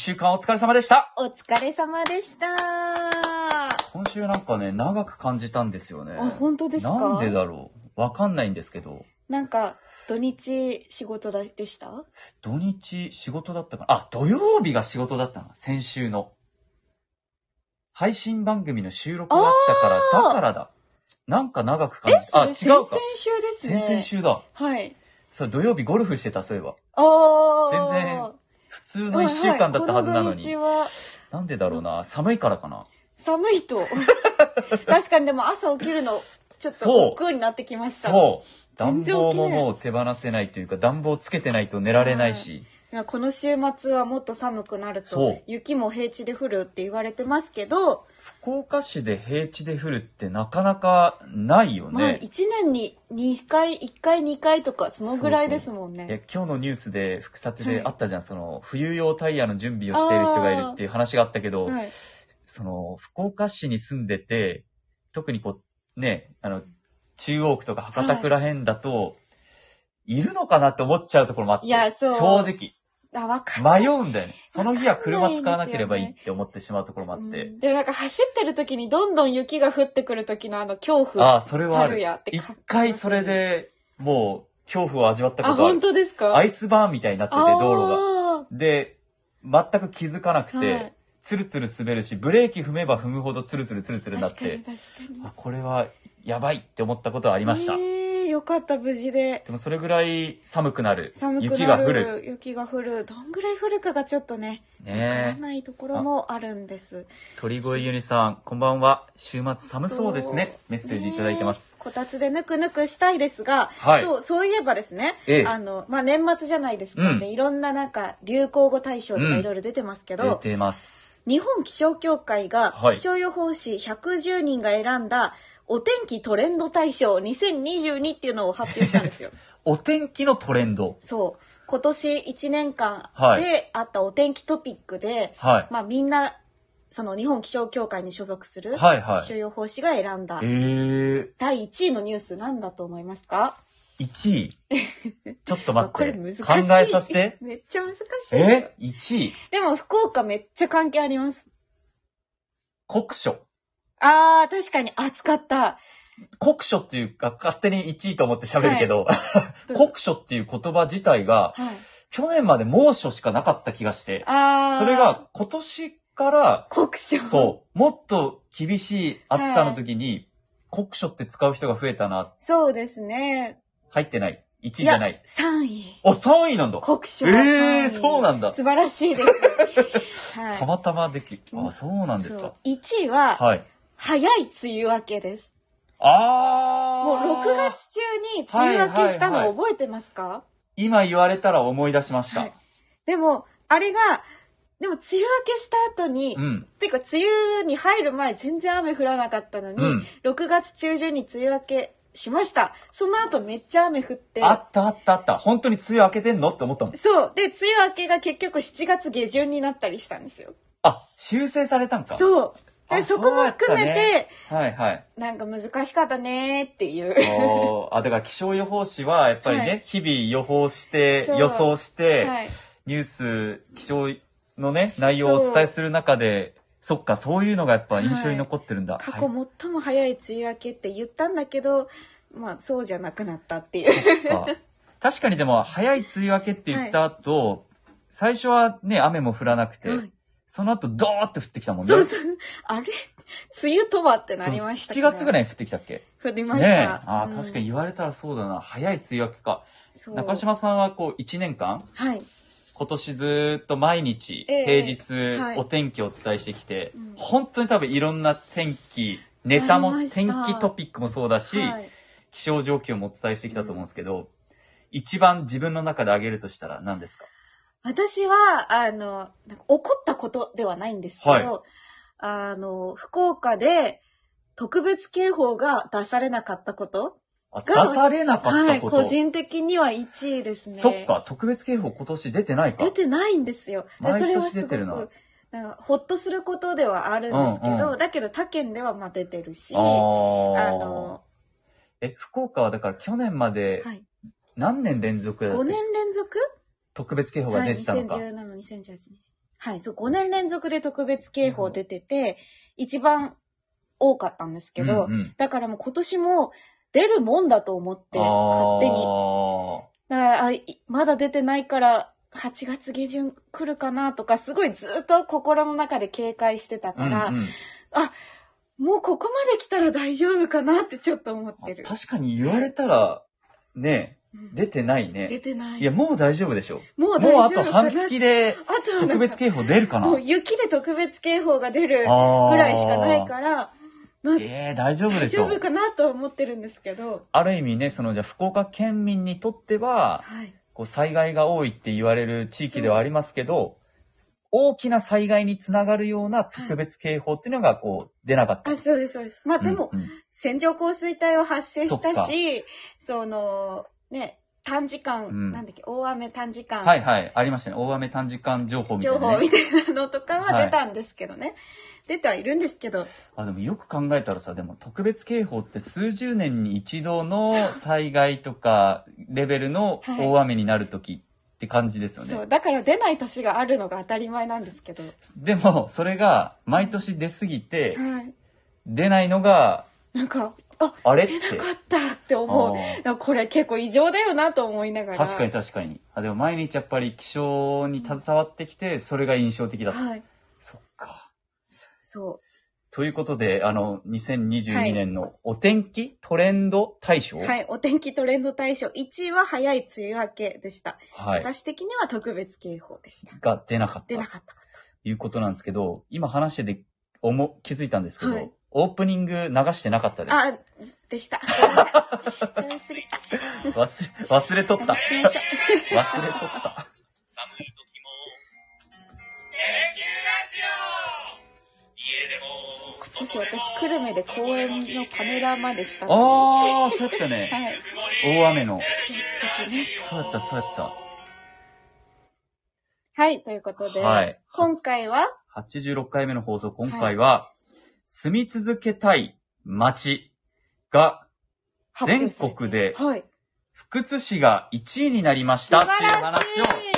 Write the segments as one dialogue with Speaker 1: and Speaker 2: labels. Speaker 1: 週間お疲れ様でした
Speaker 2: お疲れ様でした。あ、
Speaker 1: 今週なんかね、長く感じたんですよね。
Speaker 2: 本当ですか
Speaker 1: なんでだろうわかんないんですけど、
Speaker 2: なんか、土日仕事だでした
Speaker 1: 土日仕事だったかなあ、土曜日が仕事だったな。先週の。配信番組の収録だったから、だからだ。なんか長く感じ
Speaker 2: え、
Speaker 1: た。
Speaker 2: そ
Speaker 1: あ、
Speaker 2: れ先
Speaker 1: 違
Speaker 2: 々
Speaker 1: うか。
Speaker 2: 週ですね。
Speaker 1: 先々。週だ。
Speaker 2: はい。
Speaker 1: それ土曜日ゴルフしてた、そういえば。
Speaker 2: ああ。
Speaker 1: 全然普通の一週間だったはずなのに。
Speaker 2: はいはいこの土日は
Speaker 1: なんでだろうな。寒いからかな。
Speaker 2: 寒い と。確かにでも朝起きるの、ちょっと
Speaker 1: そう
Speaker 2: 億劫になってきました。
Speaker 1: そう。暖
Speaker 2: 全然
Speaker 1: 房
Speaker 2: 起きな
Speaker 1: も
Speaker 2: い
Speaker 1: もう手放せないというか、暖房つけてないと寝られないし。
Speaker 2: いやこの週末はもっと寒くなる
Speaker 1: そ
Speaker 2: と
Speaker 1: う、
Speaker 2: 雪も平地で降るって言われてますけど、
Speaker 1: 福岡市で平地で降るってなかなかないよ
Speaker 2: まあ
Speaker 1: ね。
Speaker 2: 1年に2回、1回2回とか、そのぐらいですもんね。
Speaker 1: いや今日のニュースで副査定
Speaker 2: は
Speaker 1: で
Speaker 2: い
Speaker 1: あったじゃん、その冬用タイヤの準備をしている人がいるっていう話があったけど、
Speaker 2: はい、
Speaker 1: その福岡市に住んでて、特にこう、ね、あの、中央区とか博多区らへんだと、い、るのかなって思っちゃうところもあって、
Speaker 2: いやそう
Speaker 1: 正
Speaker 2: あ、わかん
Speaker 1: 直、迷うんだよね。その日は
Speaker 2: わかんない
Speaker 1: 車使わなければい
Speaker 2: で
Speaker 1: い
Speaker 2: すよ
Speaker 1: っ
Speaker 2: ね
Speaker 1: て思ってしまうところもあって、
Speaker 2: うんでもなんか走ってる時にどんどん雪が降ってくる時のあの恐怖。
Speaker 1: あ
Speaker 2: あ、
Speaker 1: あ、それはあ
Speaker 2: あ
Speaker 1: る
Speaker 2: るやって。
Speaker 1: 一回それでもう恐怖を味わったことあ
Speaker 2: 本
Speaker 1: る。
Speaker 2: 当ですか
Speaker 1: ア
Speaker 2: イ
Speaker 1: イスバーンみたいになってて、道路が。で、全く気づかなくて、
Speaker 2: はい
Speaker 1: ツルツル滑るし、ブレーキ踏めば踏むほどツルツルツルツルになっ
Speaker 2: 確か
Speaker 1: て
Speaker 2: に、確かに。
Speaker 1: あこれはやばいって思ったことはありました。
Speaker 2: えーよかった、無事で。
Speaker 1: でもそれぐらい寒くなる。
Speaker 2: 寒く
Speaker 1: 雪
Speaker 2: な
Speaker 1: が
Speaker 2: る。
Speaker 1: 降る。
Speaker 2: 雪が降る。どんぐらい降るかがちょっとね、わから
Speaker 1: ねえ。
Speaker 2: ないところもあるんです。
Speaker 1: 鳥越ゆりさん、こんばんは。週末寒そうですね。メッセージいただいてます。
Speaker 2: ねえこたつでぬくぬくしたいですが、
Speaker 1: はい
Speaker 2: そう、そういえばですね、
Speaker 1: ええ
Speaker 2: あの、まあ、年末じゃないですか、
Speaker 1: うん
Speaker 2: で、いろんななんか、流行語大賞と
Speaker 1: う
Speaker 2: か
Speaker 1: ん
Speaker 2: いろいろ出てますけど、
Speaker 1: 出てます。
Speaker 2: 日本気象協会が
Speaker 1: はい
Speaker 2: 気象予報士110人が選んだお天気トレンド大賞2022っていうのを発表したん ですよ。
Speaker 1: お天気のトレンド。
Speaker 2: そう。今年1年間
Speaker 1: はい
Speaker 2: であったお天気トピックで、
Speaker 1: はい。
Speaker 2: まあみんな、その日本気象協会に所属する
Speaker 1: はいはい
Speaker 2: 気象予報士が選んだ
Speaker 1: えー、
Speaker 2: 第1位のニュースなんだと思いますか
Speaker 1: 1位。 ちょっと待っ
Speaker 2: これ
Speaker 1: て。
Speaker 2: 難しい。
Speaker 1: 考えさせて。
Speaker 2: めっちゃ難しい。
Speaker 1: え ?1 位。
Speaker 2: でも福岡めっちゃ関係あります。
Speaker 1: 酷暑。
Speaker 2: あー、確かに暑かった。
Speaker 1: 酷暑っていうか、勝手に1位と思って喋るけ ど、
Speaker 2: い
Speaker 1: 酷暑っていう言葉自体が、
Speaker 2: はい。
Speaker 1: 去年まで猛暑しかなかった気がして、
Speaker 2: あー。
Speaker 1: それが今年から、
Speaker 2: 酷暑。
Speaker 1: そう、もっと厳しい暑さの時に、酷暑って使う人が増えたな、
Speaker 2: そうですね。
Speaker 1: 入ってない。1位じゃない。
Speaker 2: 3位。
Speaker 1: あ、3位なんだ。
Speaker 2: 酷暑
Speaker 1: え
Speaker 2: は3位。
Speaker 1: ーそうなんだ
Speaker 2: 素晴らしいです。はい。
Speaker 1: たまたまでき、あ、そうなんです
Speaker 2: そう
Speaker 1: か。
Speaker 2: 1位は、
Speaker 1: はい。
Speaker 2: 早い梅雨明けです。
Speaker 1: あー。
Speaker 2: もう6月中に梅雨明けした
Speaker 1: はい
Speaker 2: の
Speaker 1: はい
Speaker 2: 覚えてますか、
Speaker 1: 今言われたら思い出しました。
Speaker 2: はいでも、あれが、でも梅雨明けした後に、
Speaker 1: うん。
Speaker 2: ていうか梅雨に入る前全然雨降らなかったのに、
Speaker 1: うん
Speaker 2: 6月中旬に梅雨明けしました。その後めっちゃ雨降って。
Speaker 1: あったあったあった。本当に梅雨明けてんのって思ったもん。
Speaker 2: そう。で、梅雨明けが結局7月下旬になったりしたんですよ。
Speaker 1: あ、修正されたんか。
Speaker 2: そう。
Speaker 1: あ
Speaker 2: でそこも含め
Speaker 1: そうや
Speaker 2: て、
Speaker 1: はいはい。
Speaker 2: なんか難しかったねーっていう。
Speaker 1: おーあ、だから気象予報士はやっぱりね、
Speaker 2: はい
Speaker 1: 日々予報して、
Speaker 2: そう
Speaker 1: 予想して、
Speaker 2: はい。
Speaker 1: ニュース、気象のね、内容をお伝えする中で、そっか、そういうのがやっぱ印象に残ってるんだ。
Speaker 2: 過
Speaker 1: は
Speaker 2: 去
Speaker 1: い
Speaker 2: 最も早い梅雨明けって言ったんだけど、まあそうじゃなくなったっていう。
Speaker 1: そっか 確かにでも、早い梅雨明けって言った後、最初はね、雨も降らなくて、
Speaker 2: はい
Speaker 1: その後、ドーって降ってきたもんね。
Speaker 2: そうそう。あれ梅雨とはってなりました
Speaker 1: 7月ぐら
Speaker 2: い。
Speaker 1: いに降ってきたっけ
Speaker 2: 降りま
Speaker 1: ね
Speaker 2: し
Speaker 1: え
Speaker 2: た。。
Speaker 1: あ
Speaker 2: う
Speaker 1: ー
Speaker 2: ん
Speaker 1: 確かに。言われたらそうだな。早い梅雨明けか。
Speaker 2: そう
Speaker 1: 中島さんはこう1年間、
Speaker 2: はい。
Speaker 1: 今年ずーっと毎日、
Speaker 2: ええ
Speaker 1: 平日、
Speaker 2: はい
Speaker 1: お天気をお伝えしてきて、
Speaker 2: うん
Speaker 1: 本当に多分いろんな天気、ネタも
Speaker 2: ありま、した
Speaker 1: 天気トピックもそうだし、
Speaker 2: はい。
Speaker 1: 気象状況もお伝えしてきたと思うんですけど、一番自分の中で挙げるとしたら何ですか
Speaker 2: 私は、あの、なんか怒ったことではないんですけど、
Speaker 1: はい
Speaker 2: あの、福岡で特別警報が出されなかったこと
Speaker 1: あ出
Speaker 2: が
Speaker 1: されなかっ
Speaker 2: は
Speaker 1: た
Speaker 2: い、
Speaker 1: こと。
Speaker 2: 個人的には1位ですね。
Speaker 1: そっか、特別警報今年出てないか。
Speaker 2: 出てないんですよ。で
Speaker 1: 毎年
Speaker 2: それはすご
Speaker 1: 出てるな
Speaker 2: くなんかほっとすることではあるんですけど、
Speaker 1: うんうん
Speaker 2: だけど他県ではまあ出てるし、
Speaker 1: あー
Speaker 2: あの
Speaker 1: え、福岡はだから去年まで
Speaker 2: はい、
Speaker 1: 何年連続だっけ
Speaker 2: 5年連続
Speaker 1: 特別警報が
Speaker 2: はい、
Speaker 1: 出てたのか。
Speaker 2: 2017、2018、はい、そう、5年連続で特別警報出てて、一番多かったんですけど、
Speaker 1: うんうん、
Speaker 2: だからもう今年も出るもんだと思って、勝手に。
Speaker 1: に。
Speaker 2: だからあいまだ出てないから、8月下旬来るかなとか、すごいずっと心の中で警戒してたから、
Speaker 1: うんうん
Speaker 2: もうここまで来たら大丈夫かなってちょっと思ってる。
Speaker 1: 確かに言われたら、ね、
Speaker 2: うん
Speaker 1: 出てない
Speaker 2: 出
Speaker 1: ね。
Speaker 2: てない。
Speaker 1: いや、もう大丈夫でしょ。
Speaker 2: もう大
Speaker 1: もうあ
Speaker 2: 丈
Speaker 1: と
Speaker 2: 夫かな
Speaker 1: 半月で
Speaker 2: あとはなんか
Speaker 1: 特別警報出るかな
Speaker 2: も。う雪で特別警報が出る
Speaker 1: あー
Speaker 2: ぐらいしかないから、まあ、
Speaker 1: ええ大丈夫で
Speaker 2: 大
Speaker 1: し
Speaker 2: 丈
Speaker 1: ょ
Speaker 2: 夫かなとは思ってるんですけど、
Speaker 1: ある意味ね、そのじゃあ福岡県民にとっては、
Speaker 2: はい。
Speaker 1: こう災害が多いって言われる地域ではありますけど、大きな災害につながるような特別警報っていうのがこう出なかった。
Speaker 2: あ、そうです、そうです。まあでも、
Speaker 1: うんうん
Speaker 2: 線状降水帯は発生した
Speaker 1: そっか
Speaker 2: し、その、ね、短時間、
Speaker 1: うん
Speaker 2: なんだっけ、大雨短時間、
Speaker 1: はいはい、ありましたね。大雨短時間情報みたい
Speaker 2: 情
Speaker 1: な、ね。
Speaker 2: 報みたいなのとか
Speaker 1: は
Speaker 2: はい出たんですけどね。出てはいるんですけど、
Speaker 1: あでもよく考えたらさでも特別警報って数十年に一度 の災害とかレベルの
Speaker 2: はい
Speaker 1: 大雨になる時って感じですよね、
Speaker 2: そう、だから出ない年があるのが当たり前なんですけど、
Speaker 1: でもそれが毎年出過ぎて
Speaker 2: はい。
Speaker 1: 出ないのが
Speaker 2: なんか、あ、
Speaker 1: あれっ
Speaker 2: 出な
Speaker 1: て
Speaker 2: かったって思
Speaker 1: あ
Speaker 2: う。だからこれ結構異常だよなと思いながら。
Speaker 1: 確かに確かにあでも毎日やっぱり気象に携わってきてそれが印象的だった、
Speaker 2: はい。
Speaker 1: そっか
Speaker 2: そ
Speaker 1: ということであの
Speaker 2: はい
Speaker 1: 2022年のお天気トレンド大賞
Speaker 2: う。はい。お天気トレンド大賞1位は早い梅雨明けでした。
Speaker 1: はい
Speaker 2: 私的には特別警報でした。
Speaker 1: が出なかった
Speaker 2: 出なかったこ
Speaker 1: いうことなんですけど、今話してて思気づいたんですけど、
Speaker 2: はい
Speaker 1: オープニング流してなかったで
Speaker 2: と。
Speaker 1: す。
Speaker 2: あ、でした。それ忘れた。
Speaker 1: 忘れ、忘れと った。忘れ
Speaker 2: 忘れま
Speaker 1: とっ
Speaker 2: した
Speaker 1: た。
Speaker 3: 寒い時も「電球ラジオ」家でも
Speaker 2: 今年私、久留米で公園のパネラまでしたので。
Speaker 1: あー、そうやったね。
Speaker 2: はい。
Speaker 1: 大雨の。
Speaker 2: 結局ね。
Speaker 1: そうやった、そうやっ
Speaker 2: はい。ということで、
Speaker 1: はい
Speaker 2: 今回は、
Speaker 1: た。86回目の放送、今回は、住み続けたい街が、
Speaker 2: 発表されて
Speaker 1: 全国で
Speaker 2: はい。
Speaker 1: 福津市が1位になりました
Speaker 2: 素
Speaker 1: っていう
Speaker 2: 晴らし
Speaker 1: 話を、
Speaker 2: い。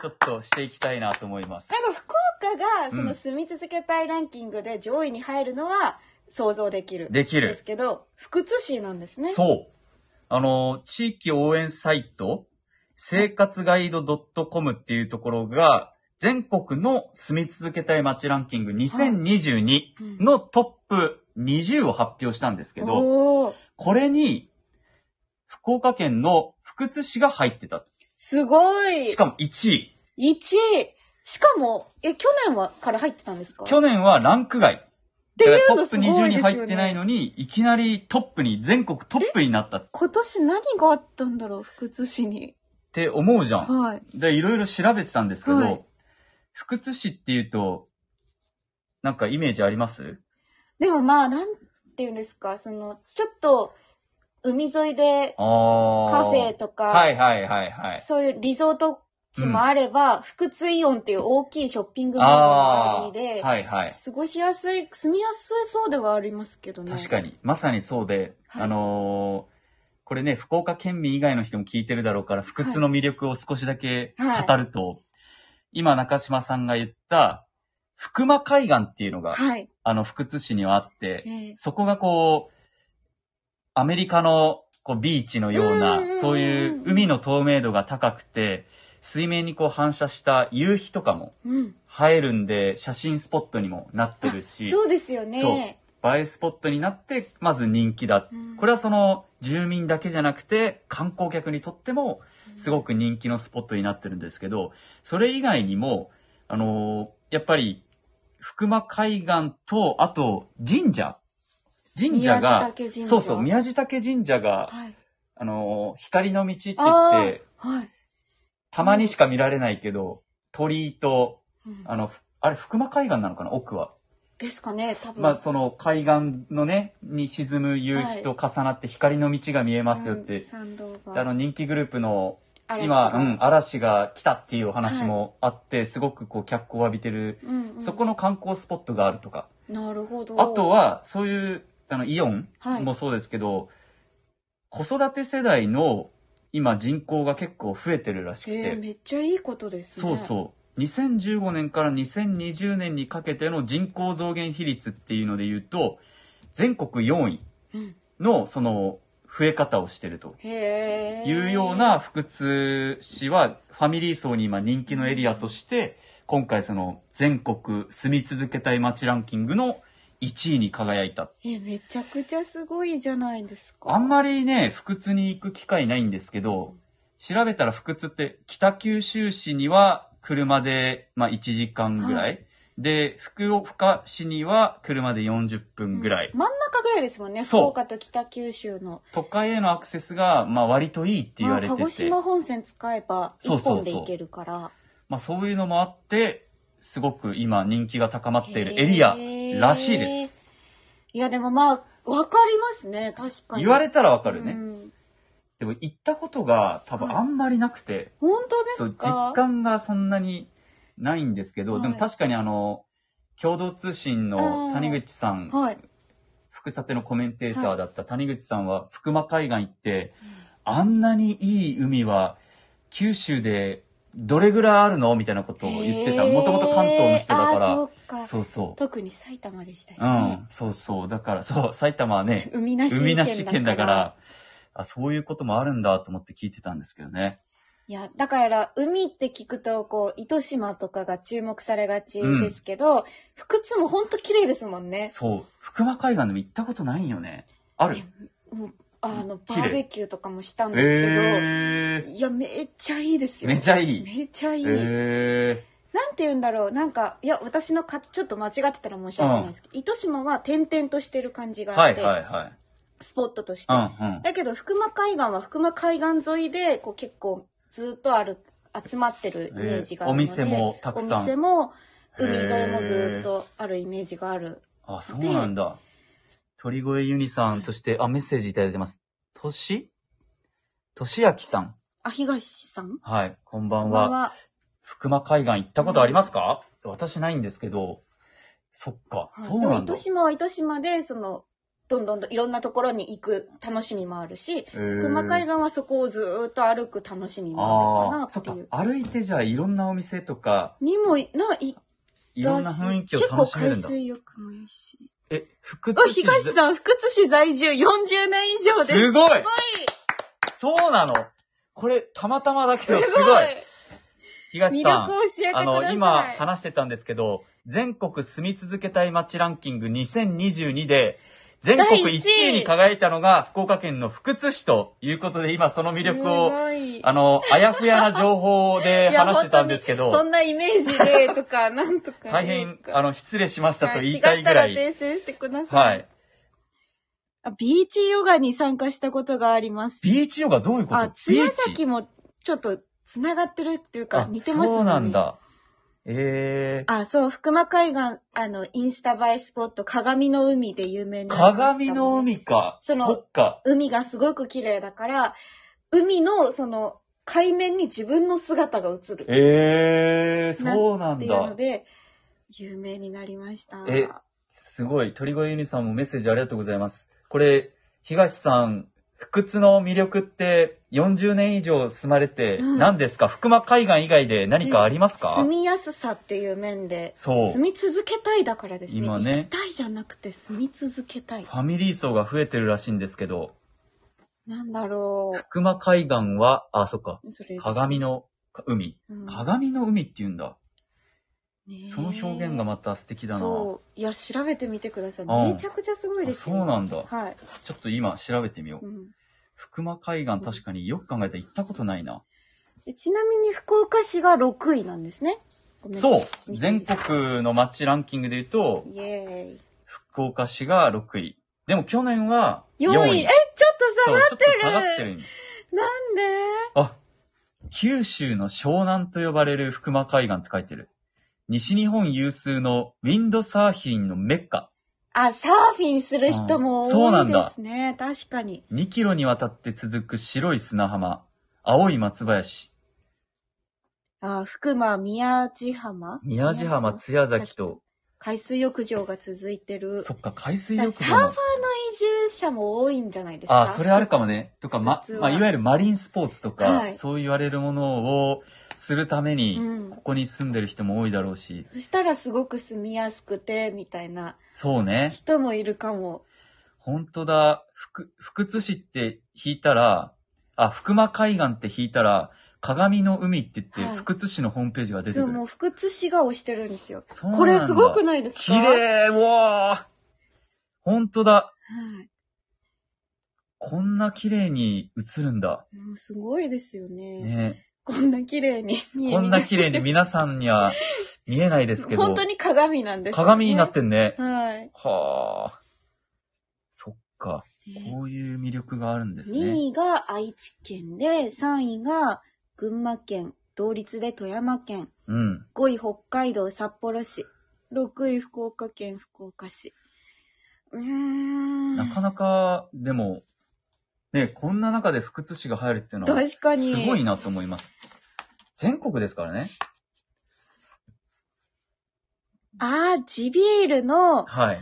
Speaker 1: ちょっとしていきたいなと思います。
Speaker 2: なんか福岡がその住み続けたいランキングで上位に入るのは想像できる。
Speaker 1: できる
Speaker 2: ですけど、福津市なんですね。
Speaker 1: そう。あの、地域応援サイト、生活ガイド .com っていうところが、全国の住み続けたい街ランキング2022のトップ20を発表したんですけど、
Speaker 2: おー
Speaker 1: これに、福岡県の福津市が入ってた。
Speaker 2: すごい
Speaker 1: しかも1位。
Speaker 2: !1 位しかも、え、去年はから入ってたんですか
Speaker 1: 去年はランク外。
Speaker 2: て
Speaker 1: だ
Speaker 2: い
Speaker 1: からト
Speaker 2: うの
Speaker 1: ップ
Speaker 2: すごいですよね
Speaker 1: 20に入ってないのに、いきなりトップに、全国トップになったっ
Speaker 2: 今年何があったんだろう福津市に。
Speaker 1: て思うじゃん。
Speaker 2: はい。
Speaker 1: で、いろいろ調べてたんですけど、
Speaker 2: はい
Speaker 1: 福津市っていうと、なんかイメージあります
Speaker 2: でもまあ、なんていうんですか、その、ちょっと、海沿いで
Speaker 1: ああ。
Speaker 2: カフェとか、
Speaker 1: はいはいはいはい。
Speaker 2: そういうリゾート地もあれば、福津イオンっていう大きいショッピングモールがありで、
Speaker 1: はいはい。
Speaker 2: 過ごしやすい、住みやすそうではありますけどね。
Speaker 1: 確かに。まさにそうで、
Speaker 2: はい
Speaker 1: あのーこれね、福岡県民以外の人も聞いてるだろうから、福津の魅力を少しだけ
Speaker 2: はい
Speaker 1: 語ると、今中島さんが言った、福間海岸っていうのが、
Speaker 2: はい。
Speaker 1: あの、福津市にはあって、
Speaker 2: ええ
Speaker 1: そこがこう、アメリカのこうビーチのよう
Speaker 2: うんうんうんう
Speaker 1: な、
Speaker 2: ん
Speaker 1: そういう海の透明度が高くて、水面にこう反射した夕日とかも
Speaker 2: うん。
Speaker 1: 映えるんで、写真スポットにもなってるし、
Speaker 2: そうですよね。
Speaker 1: そう映えスポットになって、まず人気だ。
Speaker 2: うん
Speaker 1: これはその住民だけじゃなくて、観光客にとってもすごく人気のスポットになってるんですけど、それ以外にも、あのーやっぱり、福間海岸と、あと、神社。神社が、
Speaker 2: 宮地嶽神社
Speaker 1: そうそう、宮地嶽神社が、
Speaker 2: はい。
Speaker 1: あのー光の道って
Speaker 2: あ
Speaker 1: 言って、
Speaker 2: あ。はい。
Speaker 1: たまにしか見られないけど、鳥居と、
Speaker 2: うん
Speaker 1: あの、ふあれ、福間海岸なのかな奥は。
Speaker 2: ですかね、多分。
Speaker 1: まあ、その、海岸のね、に沈む夕日と重なって光の道が見えますよっ
Speaker 2: うん
Speaker 1: て、
Speaker 2: 参道が。
Speaker 1: あの、人気グループの
Speaker 2: 嵐
Speaker 1: 今、
Speaker 2: が
Speaker 1: うん、嵐が来たっていうお話もあって、すごくこう脚光を浴びてる、
Speaker 2: うんうん
Speaker 1: そこの観光スポットがあるとか、
Speaker 2: なるほど。
Speaker 1: あとは、そういう、あの、イオン
Speaker 2: はい
Speaker 1: もそうですけど、子育て世代の今人口が結構増えてるらしく
Speaker 2: ええ
Speaker 1: て、
Speaker 2: めっちゃいいことですね。
Speaker 1: そうそう。 2015年から2020年にかけての人口増減比率っていうので言うと、全国4位
Speaker 2: うん
Speaker 1: のその増え方をしてると
Speaker 2: へえ。
Speaker 1: いうような福津市は、ファミリー層に今人気のエリアとして、今回その全国住み続けたい街ランキングの1位に輝いた。
Speaker 2: え、めちゃくちゃすごいじゃないですか。
Speaker 1: あんまりね、福津に行く機会ないんですけど、調べたら福津って北九州市には車で、まあ、1時間ぐらい、
Speaker 2: は
Speaker 1: で福岡市には車で40分ぐらい、
Speaker 2: うん真ん中ぐらいですもんね。福
Speaker 1: そう
Speaker 2: 岡と北九州の。
Speaker 1: 都会へのアクセスが、まあ、割といいって言われて
Speaker 2: まあ
Speaker 1: て、
Speaker 2: 鹿児島本線使えば
Speaker 1: そうそう
Speaker 2: 一
Speaker 1: そう
Speaker 2: 本で行けるから。
Speaker 1: まあ、そういうのもあってすごく今人気が高まっているエリアらしいです
Speaker 2: いや、でもまあ、わかりますね。確かに。
Speaker 1: 言われたらわか
Speaker 2: た
Speaker 1: るね、
Speaker 2: ん、
Speaker 1: でも行ったことが多分あんまりなくて、
Speaker 2: 本当で
Speaker 1: そう
Speaker 2: すか
Speaker 1: 実感がそんなにないんですけど、
Speaker 2: はい
Speaker 1: でも確かにあの共同通信の谷口さん
Speaker 2: はい。
Speaker 1: 福さてのコメンテーターだった谷口さんは福間海岸行って、あんなにいい海は九州でどれぐらいあるのみたいなことを言ってた
Speaker 2: へー
Speaker 1: もともと関東の人だ
Speaker 2: あーそ
Speaker 1: か
Speaker 2: うから
Speaker 1: そうそ
Speaker 2: 特に埼玉でしたし
Speaker 1: う、うん
Speaker 2: ね。、
Speaker 1: そうそうだからそう埼玉はね
Speaker 2: 海なし
Speaker 1: 海なし県だからあそういうこともあるんだと思って聞いてたんですけどね
Speaker 2: いや、だから、海って聞くと、こう、糸島とかが注目されがちですけど、福津もほんと綺麗ですもんね。
Speaker 1: そう福間海岸でも行ったことないよねある
Speaker 2: いやもう、あの、
Speaker 1: 綺
Speaker 2: バ
Speaker 1: 麗
Speaker 2: ーベキューとかもしたんですけど、
Speaker 1: え
Speaker 2: いや、めっちゃいいです
Speaker 1: ー、
Speaker 2: よ。
Speaker 1: めちゃいい
Speaker 2: めっちゃいい。
Speaker 1: え
Speaker 2: なんて言うんだろう。なんか、いや、私のか、ちょっと間違ってたら申し訳ないんですけど、糸島は点々としてる感じ
Speaker 1: ー、
Speaker 2: があ
Speaker 1: は
Speaker 2: っ
Speaker 1: い
Speaker 2: て、
Speaker 1: はいはい
Speaker 2: スポットとして。
Speaker 1: うんうん
Speaker 2: だけど、福間海岸は福間海岸沿いで、こう結構ずっとある、集まってるイメージがあるので、
Speaker 1: えーお店もたくさん
Speaker 2: お店も、海沿いもずっとあるイメージがある。
Speaker 1: あ、そうなんだ。鳥越ユニさん、そして、あ、メッセージいただいてます。としとしあきさん。
Speaker 2: あ、東さん
Speaker 1: はい、こんば
Speaker 2: こ
Speaker 1: ん
Speaker 2: んばん
Speaker 1: は。
Speaker 2: は。
Speaker 1: 福間海岸行ったことありますか、私ないんですけど、そっか、
Speaker 2: はい
Speaker 1: そう
Speaker 2: でも
Speaker 1: なんだ
Speaker 2: 糸。島は糸島で、その、どんどんどんいろんなところに行く楽しみもあるし、
Speaker 1: 福
Speaker 2: 福間海
Speaker 1: 岸
Speaker 2: 岸はそこをずーっと歩く楽しみもあるかな
Speaker 1: ああ、
Speaker 2: っ
Speaker 1: そってか
Speaker 2: いう。。
Speaker 1: 歩いてじゃあいろんなお店とか、
Speaker 2: にも、な、い
Speaker 1: いろんな雰囲気を楽しめるん
Speaker 2: 結構
Speaker 1: だ。
Speaker 2: 海水浴もいいし。
Speaker 1: え、福
Speaker 2: あ、
Speaker 1: 津市
Speaker 2: 東さん、福津市在住40年以上です。
Speaker 1: すごい
Speaker 2: すごい
Speaker 1: そうなのこれ、たまたまだけど、す
Speaker 2: す
Speaker 1: ごい東
Speaker 2: 魅
Speaker 1: さん
Speaker 2: 力を。教えてくださ
Speaker 1: あ
Speaker 2: い。
Speaker 1: の、今話してたんですけど、全国住み続けたい街ランキング2022で、全
Speaker 2: 第
Speaker 1: 国
Speaker 2: 一
Speaker 1: 1
Speaker 2: 位
Speaker 1: 位に輝いたのが福岡県の福津市ということで、今その魅力
Speaker 2: す
Speaker 1: を、
Speaker 2: ごい
Speaker 1: あの、あやふやな情報で
Speaker 2: いや
Speaker 1: 話してたんですけ
Speaker 2: 本当にそ
Speaker 1: ど、
Speaker 2: んなイメージでとか、なんとか。
Speaker 1: 大変、あ
Speaker 2: の、
Speaker 1: の、失礼しましたと言
Speaker 2: 違
Speaker 1: い
Speaker 2: った
Speaker 1: いぐら
Speaker 2: ら
Speaker 1: い。
Speaker 2: 訂正してくださ。
Speaker 1: はいい。
Speaker 2: あビーチヨガに参加したことがあります。
Speaker 1: ビーチヨガどういうこと
Speaker 2: あ、つや先もちょっと繋がってるっていうか、似てますもんね。
Speaker 1: そうなんだ。えー、
Speaker 2: あ、そう、福間海岸、あの、インスタ映えスポット、鏡の海で有名な、
Speaker 1: 鏡の。海か。
Speaker 2: その
Speaker 1: そっか。
Speaker 2: 海がすごく綺麗だから、海の、その、海面に自分の姿が映るっ
Speaker 1: えー、そうなん
Speaker 2: て
Speaker 1: だ。
Speaker 2: いうので、有名になりました。
Speaker 1: えすごい。鳥越ユニさんもメッセージありがとうございます。これ、東さん、福津の魅力って40年以上住まれて
Speaker 2: うん
Speaker 1: 何ですか、福間海岸以外で何かありますか、
Speaker 2: 住みやすさっていう面で、
Speaker 1: そう
Speaker 2: 住み続けたいだからですね。
Speaker 1: 今ね
Speaker 2: 行きたいじゃなくて住み続けたい
Speaker 1: フ。ァミリー層が増えてるらしいんですけど、
Speaker 2: なんだろ
Speaker 1: 福間海岸は、あ、そっか、
Speaker 2: う。それです
Speaker 1: 鏡の海。
Speaker 2: うん
Speaker 1: 鏡の海って言うんだ。
Speaker 2: ねえ
Speaker 1: その表現がまた素敵だな。
Speaker 2: そう。いや、調べてみてください。
Speaker 1: うん
Speaker 2: めちゃくちゃすごい
Speaker 1: あ
Speaker 2: です
Speaker 1: そう
Speaker 2: よ。
Speaker 1: なんだ。
Speaker 2: はい。
Speaker 1: ちょっと今調べてみよう。
Speaker 2: うん
Speaker 1: 福間海岸確かによく考えたら行ったことないな。
Speaker 2: でちなみに福岡市が6位なんですね。ごめん
Speaker 1: そう全。国の街ランキングで言うと、
Speaker 2: イエーイ。
Speaker 1: 福岡市が6位。でも去年は
Speaker 2: 4
Speaker 1: 4
Speaker 2: 位。
Speaker 1: 位。
Speaker 2: え、ちょっと下が
Speaker 1: そうちょっと下がってるんよ。
Speaker 2: なんで
Speaker 1: あ、九州の湘南と呼ばれる福間海岸って書いてる。西日本有数のウィンドサーフィンのメッカ。
Speaker 2: あ、サーフィンする人も
Speaker 1: あそう
Speaker 2: 多
Speaker 1: ないんだ
Speaker 2: ですね。確かに。
Speaker 1: 2キロにわたって続く白い砂浜。青い松林。
Speaker 2: あ、福間、宮地浜
Speaker 1: 宮地浜、津屋崎と。
Speaker 2: 海水浴場が続いてる。
Speaker 1: そっか、海水
Speaker 2: だから
Speaker 1: 浴
Speaker 2: サ
Speaker 1: 場
Speaker 2: ーファーの
Speaker 1: も
Speaker 2: 移。住者も多いんじゃないですか。
Speaker 1: あ、それあるかもね。とか、ま
Speaker 2: 実、は
Speaker 1: まあ、いわゆるマリンスポーツとか、
Speaker 2: はい
Speaker 1: そう言われるものをするために
Speaker 2: うん
Speaker 1: ここに住んでる人も多いだろうし、
Speaker 2: そしたらすごく住みやすくて、みたいな
Speaker 1: そうね
Speaker 2: 人もいるかも。
Speaker 1: 本当だ福福津市って引いたらあ福間海岸って引いたら鏡の海って言って、
Speaker 2: はい
Speaker 1: 福津市のホームページが出て
Speaker 2: そう、
Speaker 1: く
Speaker 2: もう
Speaker 1: る
Speaker 2: 福津市が推してるんですよ。
Speaker 1: そうなん
Speaker 2: こ
Speaker 1: だ
Speaker 2: れすごくないですか
Speaker 1: 綺麗うわー本当だ
Speaker 2: はい。
Speaker 1: こんな綺麗に映るんだ
Speaker 2: もうすごいですよね。
Speaker 1: ね
Speaker 2: こんな綺麗に。
Speaker 1: こんな綺麗に皆さんには見えないですけど
Speaker 2: 本当に鏡なんですよね。
Speaker 1: 鏡になってんね
Speaker 2: はい。
Speaker 1: はあ。そっか。こういう魅力があるんです
Speaker 2: 2
Speaker 1: ね。
Speaker 2: 位が愛知県で、3位が群馬県、同率で富山県、
Speaker 1: うん。
Speaker 2: 5位北海道札幌市、6位福岡県福岡市。うーん。
Speaker 1: なかなか、でも、ね、こんな中で福津市が入るっていうのは、
Speaker 2: 確かに。
Speaker 1: すごいなと思います。全国ですからね。
Speaker 2: あー、地ビールの、
Speaker 1: はい。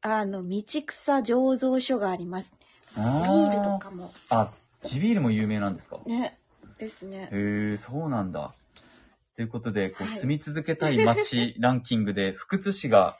Speaker 2: あの、道草醸造所があります。
Speaker 1: ビ
Speaker 2: ビールと。かも。
Speaker 1: あ、地ビールも有名なんですか
Speaker 2: ね。ですね。
Speaker 1: へえ、そうなんだ。ということで、こう
Speaker 2: はい
Speaker 1: 住み続けたい街ランキングで、福津市が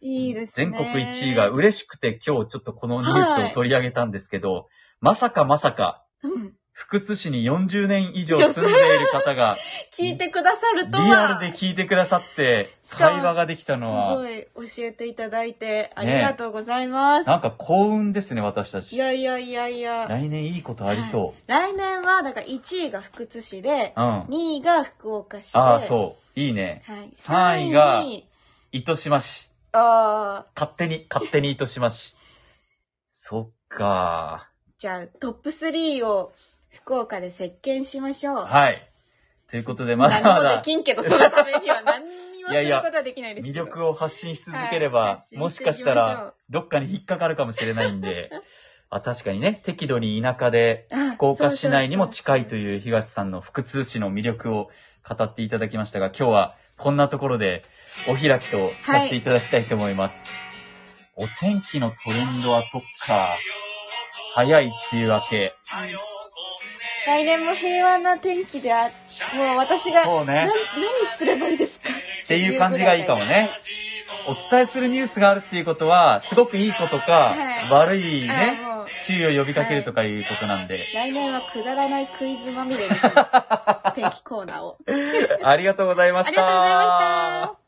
Speaker 2: いいです
Speaker 1: 全
Speaker 2: ね。
Speaker 1: 国1位が嬉しくて今日ちょっとこのニュースを取り上げたんですけど、まさかまさか、
Speaker 2: うん
Speaker 1: 福津市に40年以上住んでいる方が、
Speaker 2: 聞いてくださるとは。
Speaker 1: リアルで聞いてくださって、
Speaker 2: しかも
Speaker 1: 会話ができたのは、
Speaker 2: すごい教えていただいてありがとうございます。
Speaker 1: なんか幸運ですね、私た
Speaker 2: い
Speaker 1: ち。
Speaker 2: やいやいやいや。
Speaker 1: 来年いいことありそ
Speaker 2: 来年は、だから1位が福津市で、
Speaker 1: う。うん。あ
Speaker 2: 2位が福岡市で、
Speaker 1: あ、そう。いいね。
Speaker 2: はい、
Speaker 1: 三位が糸島市。
Speaker 2: ああ、
Speaker 1: 勝手に、勝手に糸島市。そっか。
Speaker 2: じゃあトップ3を福岡で席巻しましょう。
Speaker 1: はい。ということで、まだま
Speaker 2: 何もで
Speaker 1: だ
Speaker 2: きんけど、そのためには何にも
Speaker 1: い
Speaker 2: す
Speaker 1: や
Speaker 2: る
Speaker 1: いや
Speaker 2: ことはできないです
Speaker 1: 魅
Speaker 2: けど。
Speaker 1: 力を発信し続ければ、
Speaker 2: はい発信していきましょう
Speaker 1: もしかしたら、どっかに引っかかるかもしれないん で、あ確かにね、適度に田舎で、
Speaker 2: あ
Speaker 1: 福岡市内にも
Speaker 2: そう
Speaker 1: 近いという東さんの福津市の魅力を語っていただきましたが、今日はこんなところでお開きとさせていただきたいと思います。お天気のトレンドはそっか、早い梅雨明け。
Speaker 2: そうそう来年も平和な天気であ、もう私が、
Speaker 1: そうね
Speaker 2: な何すればいいですか
Speaker 1: っていう感じがいいかもね。お伝えするニュースがあるっていうことは、すごくいいことか、
Speaker 2: はい
Speaker 1: 悪いね
Speaker 2: あもう、
Speaker 1: 注意を呼びかけるとかいうことなんで。
Speaker 2: 来年はくだらないクイズまみれにします。天気コーナーを。
Speaker 1: ありがとうございま
Speaker 2: あ
Speaker 1: し
Speaker 2: り
Speaker 1: た。
Speaker 2: がとうございました。